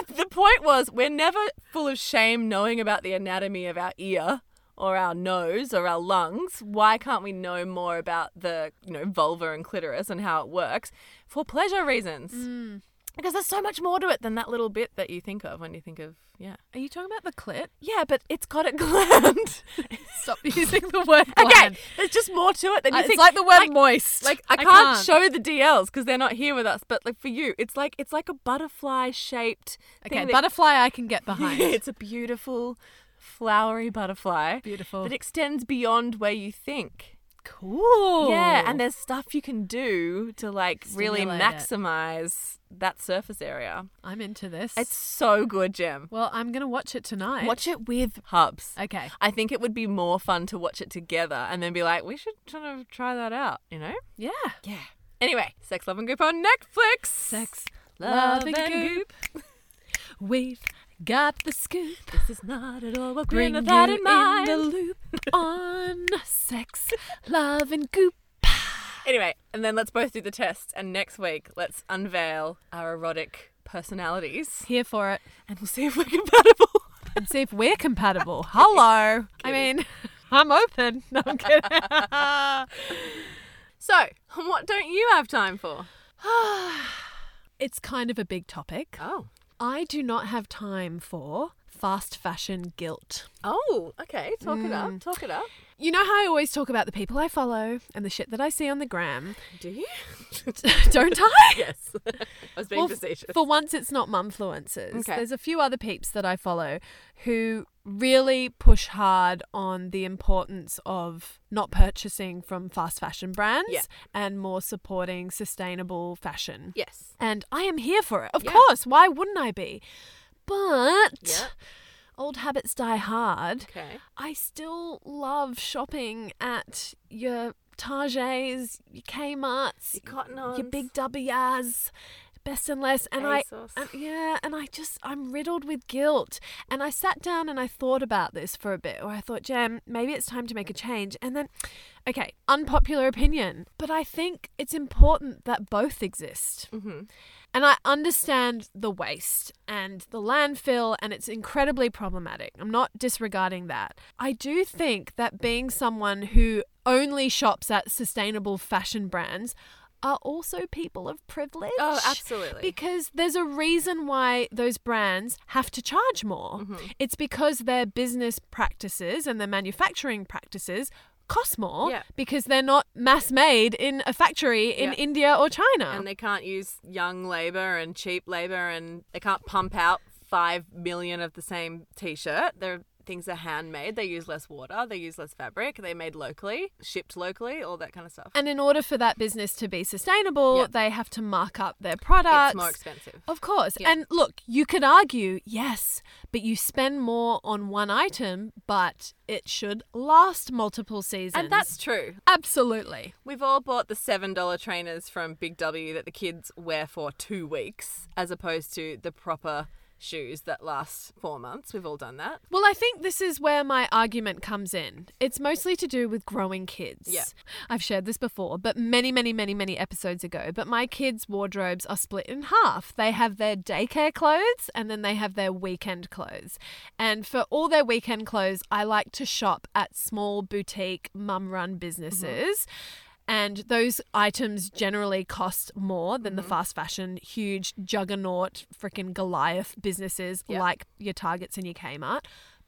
the point was we're never full of shame knowing about the anatomy of our ear or our nose or our lungs. Why can't we know more about the you know vulva and clitoris and how it works for pleasure reasons? Mm. Because there's so much more to it than that little bit that you think of when you think of yeah. Are you talking about the clit? Yeah, but it's got a gland. Stop using the word okay, gland. there's just more to it than Uh, you it's think. like the word moist. Like I can't, show the DLs because they're not here with us. But like for you, it's like it's like a butterfly shaped. Okay, butterfly I can get behind. it's a beautiful, flowery butterfly Beautiful. that extends beyond where you think. Cool. Yeah, and there's stuff you can do to like really Stimulate it. maximize that surface area. I'm into this. It's so good, Jim. well, I'm gonna watch it tonight. Watch it with hubs. Okay. I think it would be more fun to watch it together and then be like, we should sort of try that out, you know? Yeah. Yeah. Anyway, Sex, Love, and Goop on Netflix. Sex, love, and goop. We've got the scoop. This is not at all what Bring Bring you that in mind. the loop on sex, love, and goop. Anyway, and then let's both do the test. And next week, let's unveil our erotic personalities. Here for it. And we'll see if we're compatible. and see if we're compatible. Hello. I mean, I'm open. No, I'm kidding. so, what don't you have time for? it's kind of a big topic. Oh. I do not have time for fast fashion guilt. Oh, okay. Talk it up. Talk it up. You know how I always talk about the people I follow and the shit that I see on the gram? Do you? Don't I? yes. I was being Well, f- facetious. for once, it's not mumfluencers. Okay. There's a few other peeps that I follow who really push hard on the importance of not purchasing from fast fashion brands Yeah. and more supporting sustainable fashion. yes. And I am here for it. Of Yeah. course. Why wouldn't I be? But Yeah. old habits die hard. Okay. I still love shopping at your Targets, your Kmart's, Your cotton ons. your big W's, best and less. And ASOS. I, and, yeah, and I just, I'm riddled with guilt. And I sat down and I thought about this for a bit, where I thought, Jem, maybe it's time to make a change. And then, okay, unpopular opinion, but I think it's important that both exist. Mm-hmm. And I understand the waste and the landfill, and it's incredibly problematic. I'm not disregarding that. I do think that being someone who only shops at sustainable fashion brands are also people of privilege. Oh, absolutely. Because there's a reason why those brands have to charge more. Mm-hmm. It's because their business practices and their manufacturing practices cost more Yeah. because they're not mass made in a factory in Yeah. India or China. and they can't use young labor and cheap labor and they can't pump out 5 million of the same t-shirt their things are handmade they use less water they use less fabric they made locally shipped locally all that kind of stuff And in order for that business to be sustainable, Yep. they have to mark up their products. it's more expensive Of course. Yeah. And look, you could argue, yes, but you spend more on one item, but it should last multiple seasons. and that's true absolutely. We've all bought the $7 trainers from Big W that the kids wear for two weeks, as opposed to the proper shoes that last four months. We've all done that. Well, I think this is where my argument comes in. It's mostly to do with growing kids. Yeah. I've shared this before, but many, many, many, many episodes ago. But my kids' wardrobes are split in half. They have their daycare clothes and then they have their weekend clothes. And for all their weekend clothes, I like to shop at small boutique mum run businesses. And those items generally cost more than the fast fashion, huge juggernaut, freaking Goliath businesses Yeah. like your Targets and your Kmart.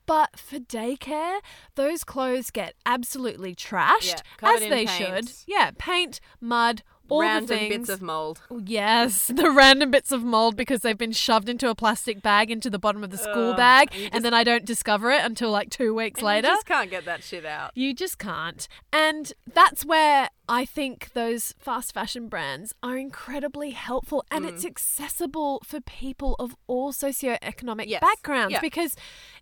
But for daycare, those clothes get absolutely trashed, as Yeah, covered in they paint. should. Yeah, paint, mud, all Random the things. bits of mold. yes, the random bits of mold because they've been shoved into a plastic bag into the bottom of the school bag, and, then I don't discover it until like two weeks later. You just can't get that shit out. You just can't. And that's where I think those fast fashion brands are incredibly helpful and it's Mm. accessible for people of all socioeconomic Yes. backgrounds Yeah. because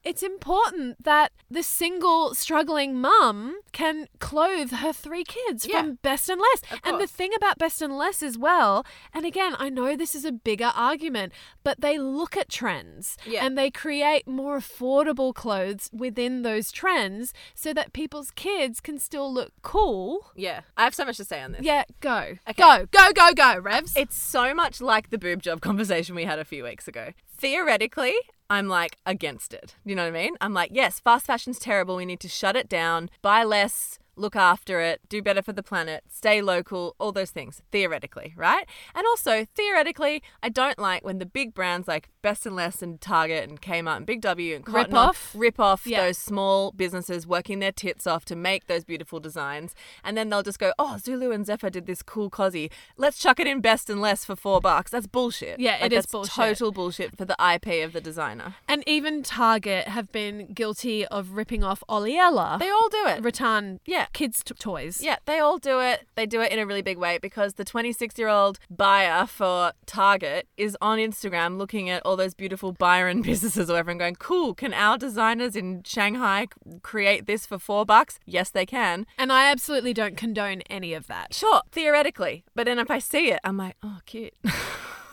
it's important that the single struggling mum can clothe her three kids Yeah. from best and less. Of And the course. thing about best and less as well, and again, I know this is a bigger argument, but they look at trends Yeah. and they create more affordable clothes within those trends so that people's kids can still look cool. Yeah. I have so much to say on this. Yeah, go. Okay. Go, go, go, go, Revs. It's so much like the boob job conversation we had a few weeks ago. Theoretically, I'm like against it. You know what I mean? I'm like, yes, fast fashion's terrible. We need to shut it down, buy less, look after it, do better for the planet, stay local, all those things, theoretically, right? And also, theoretically, I don't like when the big brands like Best and Less and Target and Kmart and Big W and Cotton Rip On off. rip off Yeah. those small businesses working their tits off to make those beautiful designs. And then they'll just go, oh, Zulu and Zephyr did this cool cozy. Let's chuck it in best and less for four bucks. That's bullshit. Yeah, like, it is that's bullshit. Total bullshit for the IP of the designer. and even Target have been guilty of ripping off Oliella. They all do it. Rattan yeah. kids' t- toys. Yeah, they all do it. They do it in a really big way because the 26 year old buyer for Target is on Instagram looking at all those beautiful Byron businesses or whatever and going, cool, can our designers in Shanghai create this for four bucks? Yes, they can. And I absolutely don't condone any of that. Sure, theoretically. But then if I see it, I'm like, oh, cute.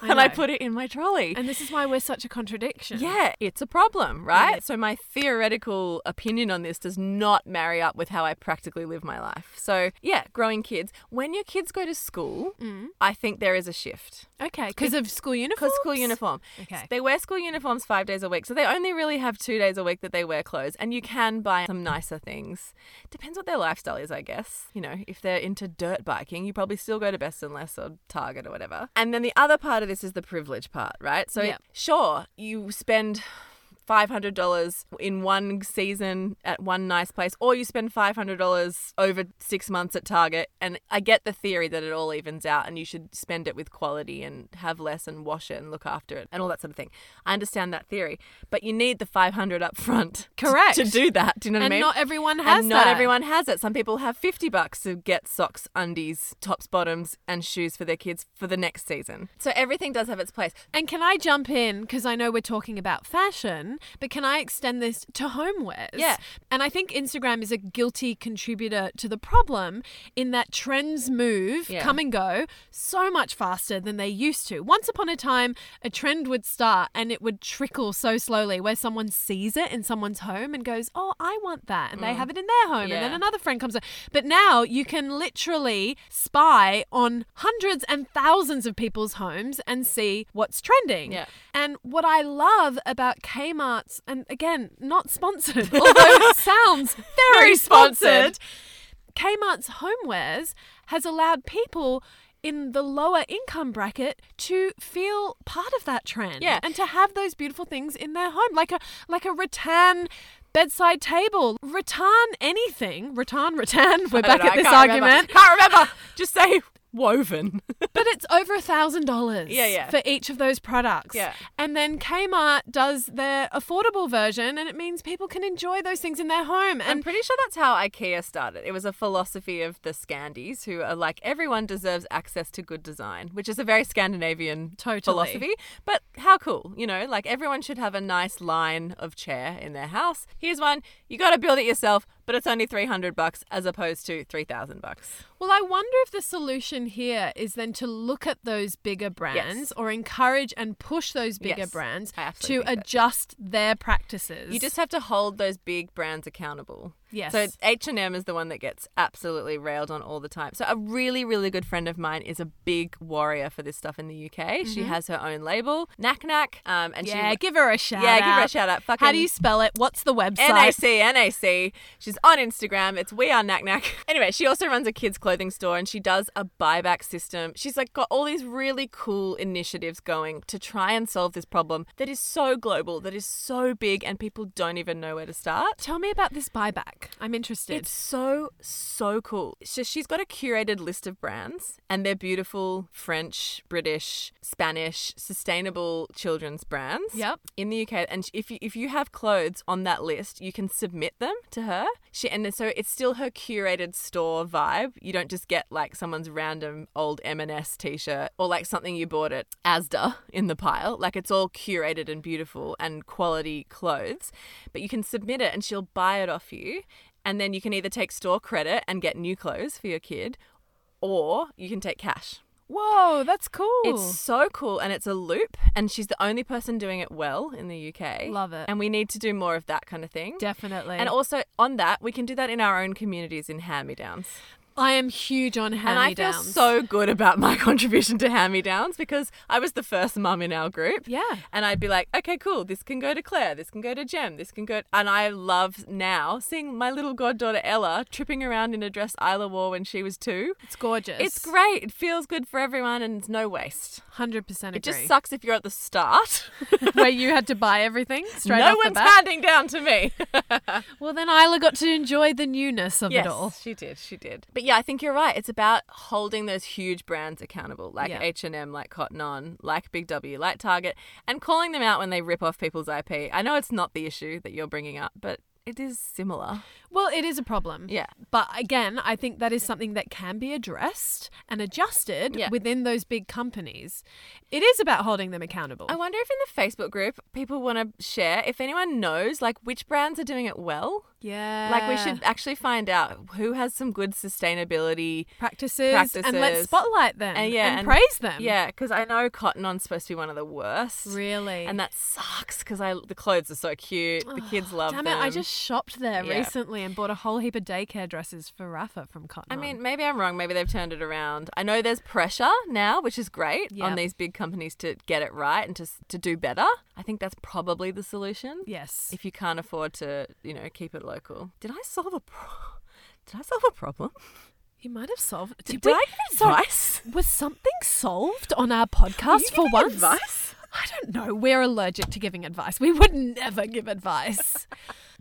and I know. put it in my trolley. And this is why we're such a contradiction. Yeah, it's a problem, right? So my theoretical opinion on this does not marry up with how I practically live my life. So yeah, growing kids. When your kids go to school, Mm. I think there is a shift Okay, because of school uniforms. because school uniform. Okay. They wear school uniforms five days a week, so they only really have two days a week that they wear clothes. And you can buy some nicer things. Depends what their lifestyle is, I guess. You know, if they're into dirt biking, you probably still go to Best and Less or Target or whatever. And then the other part of this is the privilege part, right? So Yep. sure, you spend. $500 in one season at one nice place, or you spend $500 over six months at Target. And I get the theory that it all evens out and you should spend it with quality and have less and wash it and look after it and all that sort of thing. I understand that theory, but you need the 500 up front. to- Correct. To, do that. Do you know what And I mean? not everyone And has not that. everyone has it. Some people have 50 bucks to get socks, undies, tops, bottoms, and shoes for their kids for the next season. So everything does have its place. And can I jump in because I know we're talking about fashion, but can I extend this to homewares? Yeah. And I think Instagram is a guilty contributor to the problem in that trends move, Yeah. come and go so much faster than they used to. Once upon a time, a trend would start and it would trickle so slowly where someone sees it in someone's home and goes, "Oh, I want that." And they have it in their home and then Mm. Yeah. another friend comes up. But now you can literally spy on hundreds and thousands of people's homes and see what's trending. Yeah. And what I love about Kmart's, and again, not sponsored, although it sounds very sponsored, Kmart's homewares has allowed people in the lower income bracket to feel part of that trend Yeah. and to have those beautiful things in their home like a like a rattan bedside table rattan anything rattan rattan we're I don't back know, at I this can't remember. argument Can't remember. Just say woven. but it's over a thousand dollars Yeah, yeah. for each of those products. Yeah. And then Kmart does their affordable version and it means people can enjoy those things in their home. I'm And pretty sure that's how IKEA started. It was a philosophy of the Scandies, who are like everyone deserves access to good design, which is a very Scandinavian Totally. philosophy. But how cool, you know? Like everyone should have a nice line of chair in their house. Here's one. You got to build it yourself, but it's only 300 bucks as opposed to 3000 bucks. well, I wonder if the solution here is then to look at those bigger brands or encourage and push those bigger Yes, brands I to absolutely think that's it. adjust their practices. You just have to hold those big brands accountable. Yes. So H and M is the one that gets absolutely railed on all the time. So a really, really good friend of mine is a big warrior for this stuff in the UK. She has her own label, Knack Knack, um, and Mm-hmm. yeah, she give her a shout yeah, out. give her a shout out. Fucking How do you spell it? What's the website? NAC, NAC. She's on Instagram. It's We Are Knack Knack. Anyway, she also runs a kids' clothing store and she does a buyback system. She's like got all these really cool initiatives going to try and solve this problem that is so global, that is so big, and people don't even know where to start. Tell me about this buyback. I'm interested. It's so, so cool. So she's got a curated list of brands, and they're beautiful French, British, Spanish, sustainable children's brands. Yep. In the UK. And if you, if you have clothes on that list, you can submit them to her. She And so it's still her curated store vibe. You don't just get like someone's random old M&S t-shirt or like something you bought at Asda in the pile. Like it's all curated and beautiful and quality clothes. But you can submit it and she'll buy it off you. And then you can either take store credit and get new clothes for your kid, or you can take cash. Whoa, that's cool. It's so cool and it's a loop, and she's the only person doing it well in the UK. Love it. And we need to do more of that kind of thing. Definitely. And also, on that, we can do that in our own communities in hand me downs. I am huge on hand And I feel so good about my contribution to hand me downs because I was the first mum in our group. Yeah. And I'd be like, okay, cool. This can go to Claire. This can go to Jem. This can go. And I love now seeing my little goddaughter Ella tripping around in a dress Isla wore when she was two. It's gorgeous. It's great. It feels good for everyone and it's no waste. Hundred percent It agree. just sucks if you're at the start. Where you had to buy everything straight no off the one's bat. handing down to me. well, then Isla got to enjoy the newness of it all. she did. She did. But yeah, I think you're right. It's about holding those huge brands accountable, like Yeah. H and M, like Cotton On, like Big W, like Target, and calling them out when they rip off people's IP. I know it's not the issue that you're bringing up, but it is similar. Well, it is a problem. Yeah. But again, I think that is something that can be addressed and adjusted Yeah. within those big companies. It is about holding them accountable. I wonder if in the Facebook group people want to share if anyone knows like which brands are doing it well. yeah. Like we should actually find out who has some good sustainability practices, and let's practices. spotlight them and yeah, praise them. Yeah, because I know Cotton On's supposed to be one of the worst. Really. And that sucks because I the clothes are so cute. The kids love Damn them. it, I just shopped there Yeah. recently and bought a whole heap of daycare dresses for Rafa from Cotton. I On. mean, maybe I'm wrong. Maybe they've turned it around. I know there's pressure now, which is great on Yep. these big companies to get it right and to s- to do better. I think that's probably the solution. yes. If you can't afford to, you know, keep it local. Did I solve a pro- Did I solve a problem? you might have solved. Did, we- I give sorry, advice? Was something solved on our podcast you for giving once? advice? I don't know. We're allergic to giving advice. We would never give advice.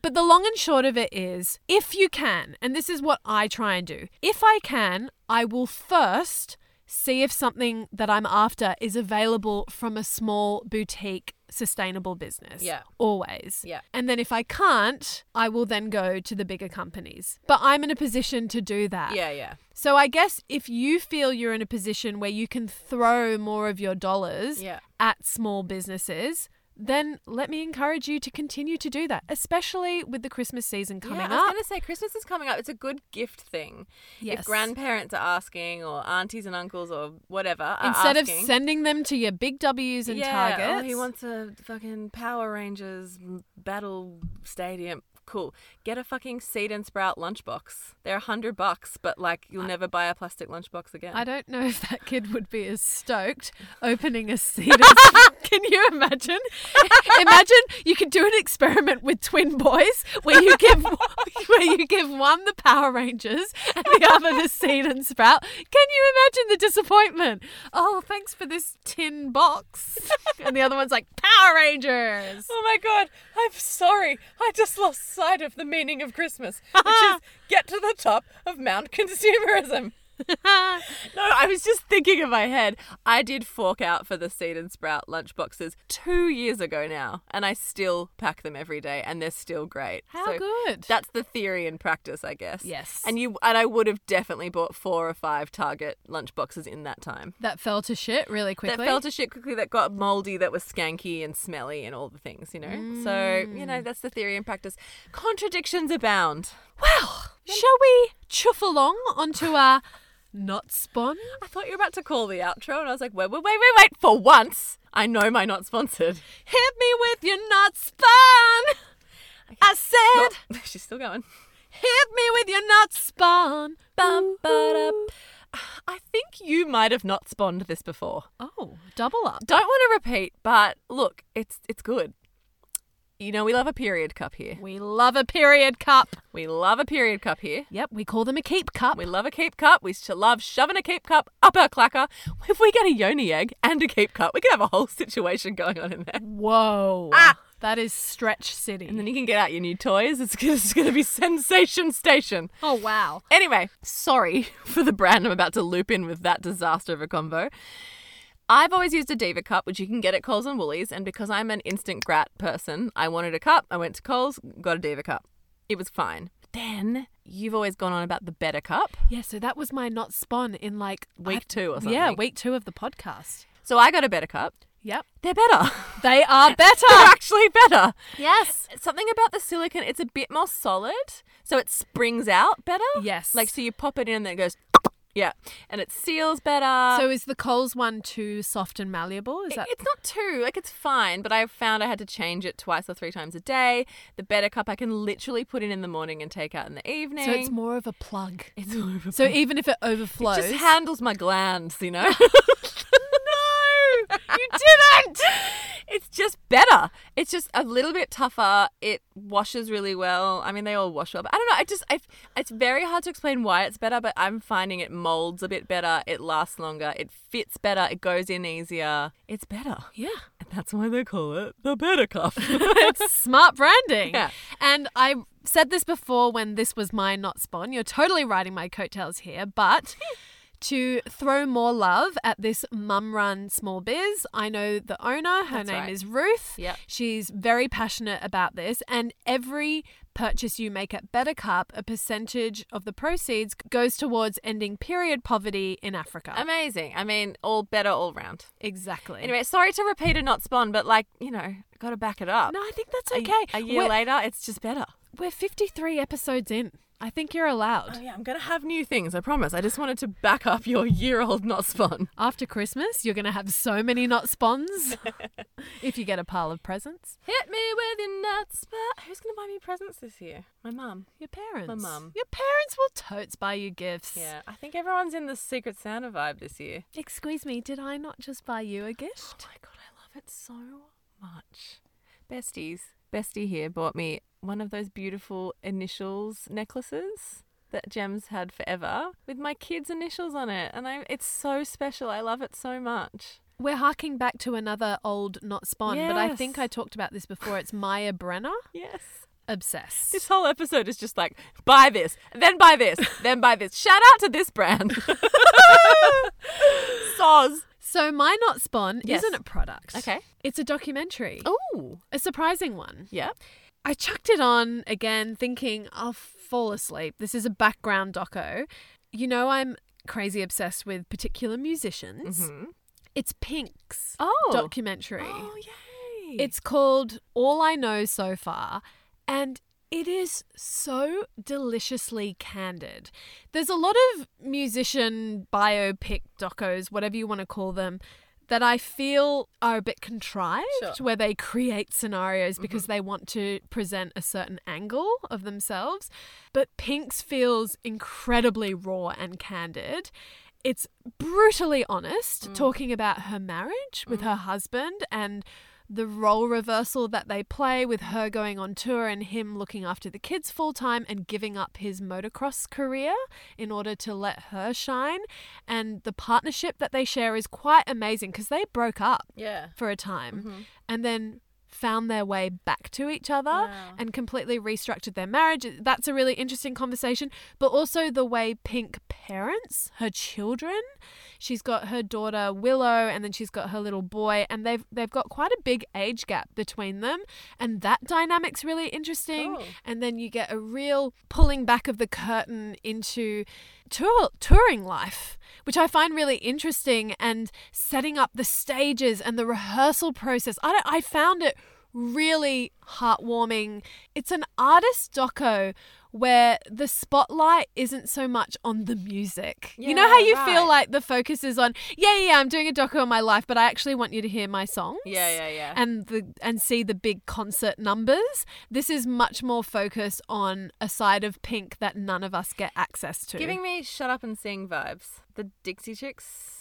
but the long and short of it is if you can, and this is what I try and do, if I can, I will first see if something that I'm after is available from a small boutique sustainable business. Yeah. Always. Yeah. And then if I can't, I will then go to the bigger companies. But I'm in a position to do that. Yeah, yeah. So I guess if you feel you're in a position where you can throw more of your dollars Yeah. at small businesses, then let me encourage you to continue to do that, especially with the Christmas season coming yeah, I was up. going to say Christmas is coming up. It's a good gift thing. Yes. If grandparents are asking, or aunties and uncles, or whatever, are Instead asking- of sending them to your big W's and yeah, Targets, Oh, he wants a fucking Power Rangers battle stadium. Cool. Get a fucking seed and sprout lunchbox. They're a hundred bucks, but like you'll never buy a plastic lunchbox again. I don't know if that kid would be as stoked opening a seed. as- Can you imagine? Imagine you could do an experiment with twin boys where you give where you give one the Power Rangers and the other the seed and sprout. Can you imagine the disappointment? Oh, thanks for this tin box. And the other one's like Power Rangers. Oh my god, I'm sorry. I just lost sight of the meaning of Christmas, which is get to the top of Mount Consumerism. No, I was just thinking in my head. I did fork out for the seed and sprout lunchboxes two years ago now, and I still pack them every day, and they're still great. How So good. That's the theory and practice, I guess. Yes. And you and I would have definitely bought four or five Target lunchboxes in that time. that fell to shit really quickly. That fell to shit quickly. That got moldy. That was skanky and smelly and all the things, you know. So Mm. you know that's the theory and practice. Contradictions abound. well, shall we chuff along onto our not spawn? I thought you were about to call the outro, and I was like, wait, wait, wait, wait, wait. For once, I know my not sponsored. Hit me with your not spawn. I Oh, said, she's still going. hit me with your not spawn. Bum, ba-da. I think you might have not spawned this before. Oh, double up. Don't want to repeat, but look, it's it's good. You know we love a period cup here. We love a period cup. We love a period cup here. Yep, we call them a keep cup. We love a keep cup. We sh- love shoving a keep cup up our clacker. If we get a yoni egg and a keep cup, we could have a whole situation going on in there. Whoa. That is stretch city. And then you can get out your new toys. It's, g- it's going to be sensation station. oh, wow. Anyway, sorry for the brand I'm about to loop in with that disaster of a combo. I've always used a Diva cup, which you can get at Coles and Woolies, and because I'm an instant grat person, I wanted a cup. I went to Coles, got a Diva cup. It was fine. Then you've always gone on about the better cup. Yeah, so that was my not spawn in like Week two or Yeah, something. week two of the podcast. So I got a better cup. Yep. They're better. They are better. They're actually better. yes. Something about the silicon, it's a bit more solid, so it springs out better. Yes. Like, so you pop it in and then it goes, yeah, and it seals better. So is the Coles one too soft and malleable? Is that It's not too, like, it's fine, but I found I had to change it twice or three times a day. The better cup I can literally put in in the morning and take out in the evening. so? It's more of a plug. It's all over. So even if it overflows, just handles my glands, you know? no! You didn't! It's just better. It's just a little bit tougher. It washes really well. I mean, they all wash well, but I don't know. I just, I, it's very hard to explain why it's better, but I'm finding it molds a bit better. It lasts longer. It fits better. It goes in easier. It's better. yeah, And that's why they call it the better cup. it's smart branding. Yeah. And I said this before when this was my not spawn. You're totally riding my coattails here, but to throw more love at this mum run small biz, I know the owner. Her That's name right. is Ruth. Yep. She's very passionate about this, and every Purchase You Make It Better Cup, a percentage of the proceeds goes towards ending period poverty in Africa. Amazing. I mean, all better all round. exactly. Um, Anyway, sorry to repeat and not spawn, but like, you know, gotta back it up. no, I think that's A- okay. A, year we're, later, it's just better. we're 53 episodes in. I think you're allowed. Oh, yeah, I'm gonna have new things. I promise. I just wanted to back up your year-old not spawn. After Christmas, you're going to have so many not spawns if you get a pile of presents. Hit me with your nuts, but who's gonna buy me presents this year? My mum. Your parents. mum. Your parents will totes buy you gifts. Yeah, I think everyone's in the Secret Santa vibe this year. Excuse me, did I not just buy you a Oh gift? my god, I love it so much. Besties, bestie here bought me one of those beautiful initials necklaces that Gems had forever with my kids' initials on it, and I it's so special. I love it so much. We're harking back to another old not spawn, but I Yes. think I talked about this before. It's Maya Brenner. Yes. Obsessed. This whole episode is just like buy this, then buy this, then buy this. Shout out to this brand. Soz. so my not spawn Yes. isn't a product. Okay. It's a documentary. Oh. A surprising one. Yeah. I chucked it on again thinking I'll fall asleep. This is a background doco. You know I'm crazy obsessed with particular musicians. It's Pink's Oh. documentary. Oh yay. It's called All I Know So Far, and it is so deliciously candid. There's a lot of musician biopic docos, whatever you want to call them, that I feel are a bit contrived, where they create scenarios because they want to present a certain angle of themselves. But Pink's feels incredibly raw and candid. It's brutally honest, talking about her marriage with her husband and the role reversal that they play with her going on tour and him looking after the kids full time and giving up his motocross career in order to let her shine. And the partnership that they share is quite amazing because they broke up yeah. for a time and then found their way back to each other and completely restructured their marriage. That's a really interesting conversation. But also the way Pink parents her children. She's got her daughter Willow and then she's got her little boy and they've they've got quite a big age gap between them and that dynamic's really interesting. Cool. And then you get a real pulling back of the curtain into tour, touring life, which I find really interesting and setting up the stages and the rehearsal process. I, don't- I found it really heartwarming. It's an artist doco where the spotlight isn't so much on the music. you know how Yeah, you feel right. like the focus is on, yeah, yeah, I'm doing a doco on my life, but I actually want you to hear my songs Yeah, yeah, yeah. and the and see the big concert numbers. This is much more focused on a side of Pink that none of us get access to. Giving me shut up and sing vibes. The Dixie Chicks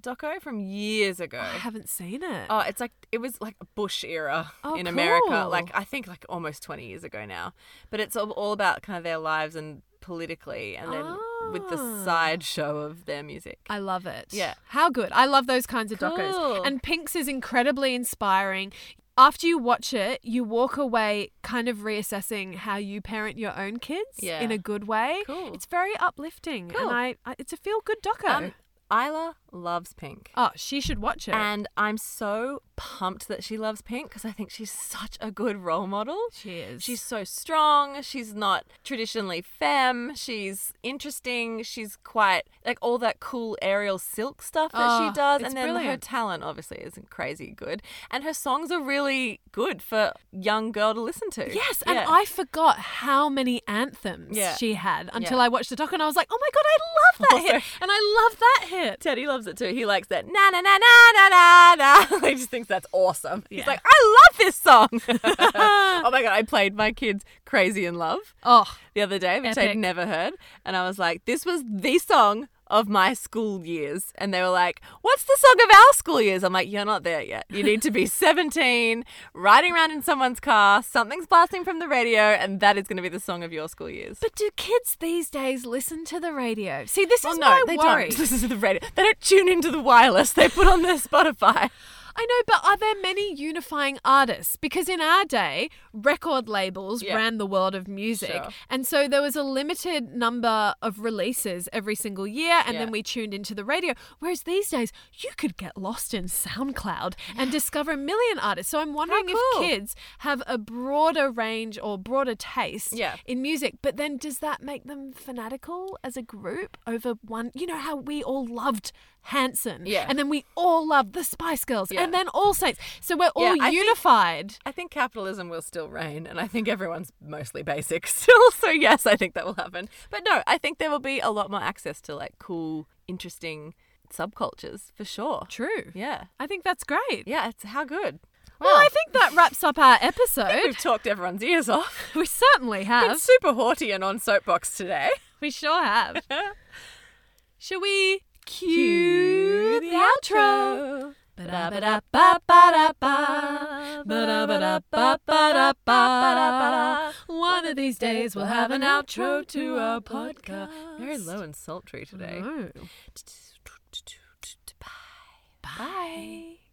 doco from years ago. I haven't seen it. Oh, it's like it was like a Bush era Oh, in America. cool. Like I think like almost twenty years ago now. But it's all, all about kind of their lives and politically, and then with Ah. the sideshow of their music. I love it. Yeah. How good. I love those kinds of docos. Cool. And Pink's is incredibly inspiring. After you watch it, you walk away kind of reassessing how you parent your own kids Yeah. in a good way. Cool. It's very uplifting. Cool. And I, I it's a feel good doco. Um, Isla loves Pink. oh, she should watch it. And I'm so pumped that she loves Pink because I think she's such a good role model. she is. She's so strong. She's not traditionally femme. She's interesting. She's quite like all that cool aerial silk stuff that Oh, she does. it's And then her brilliant. talent obviously isn't crazy good. And her songs are really good for young girl to listen to. Yes, and Yeah. I forgot how many anthems Yeah. she had until Yeah. I watched the doc and I was like, oh my god, I love that hit. Also- And I love that hit. Teddy loves it too. He likes that na na na na na na na. He just thinks that's awesome. He's like, I love this song. oh my god, I played my kids "Crazy in Love." Oh, the other day, which Epic. I'd never heard. And I was like, this was the song of my school years. And they were like, what's the song of our school years? I'm like, you're not there yet. You need to be 17, riding around in someone's car, something's blasting from the radio, and that is going to be the song of your school years. but do kids these days listen to the radio? See, this Well, is no, my they worry. don't listen to the radio. They don't tune into the wireless. They put on their Spotify. I know, but are there many unifying artists? Because in our day, record labels Yeah. ran the world of music. Sure. And so there was a limited number of releases every single year. And then Yeah. we tuned into the radio. Whereas these days, you could get lost in SoundCloud and discover a million artists. So I'm wondering cool. if kids have a broader range or broader taste Yeah. in music. But then does that make them fanatical as a group over one? You know how we all loved Hanson. Yeah. And then we all loved the Spice Girls Yeah. and then All Saints. So we're all Yeah, I think- unified. I think capitalism will still reign, and I think everyone's mostly basic still. So yes, I think that will happen. But no, I think there will be a lot more access to like cool, interesting subcultures for sure. True. Yeah, I think that's great. yeah. It's how good. Well, I think that wraps up our episode. We've talked everyone's ears off. we certainly Been have. super haughty and on soapbox today. We sure have. Shall we cue the outro? Ba-da-ba-da-ba-ba-da-ba. Ba-da-ba-da-ba-ba-da-ba. One of these days we'll have an outro to our podcast. Mm-hmm. Very low and sultry today. Bye. Bye.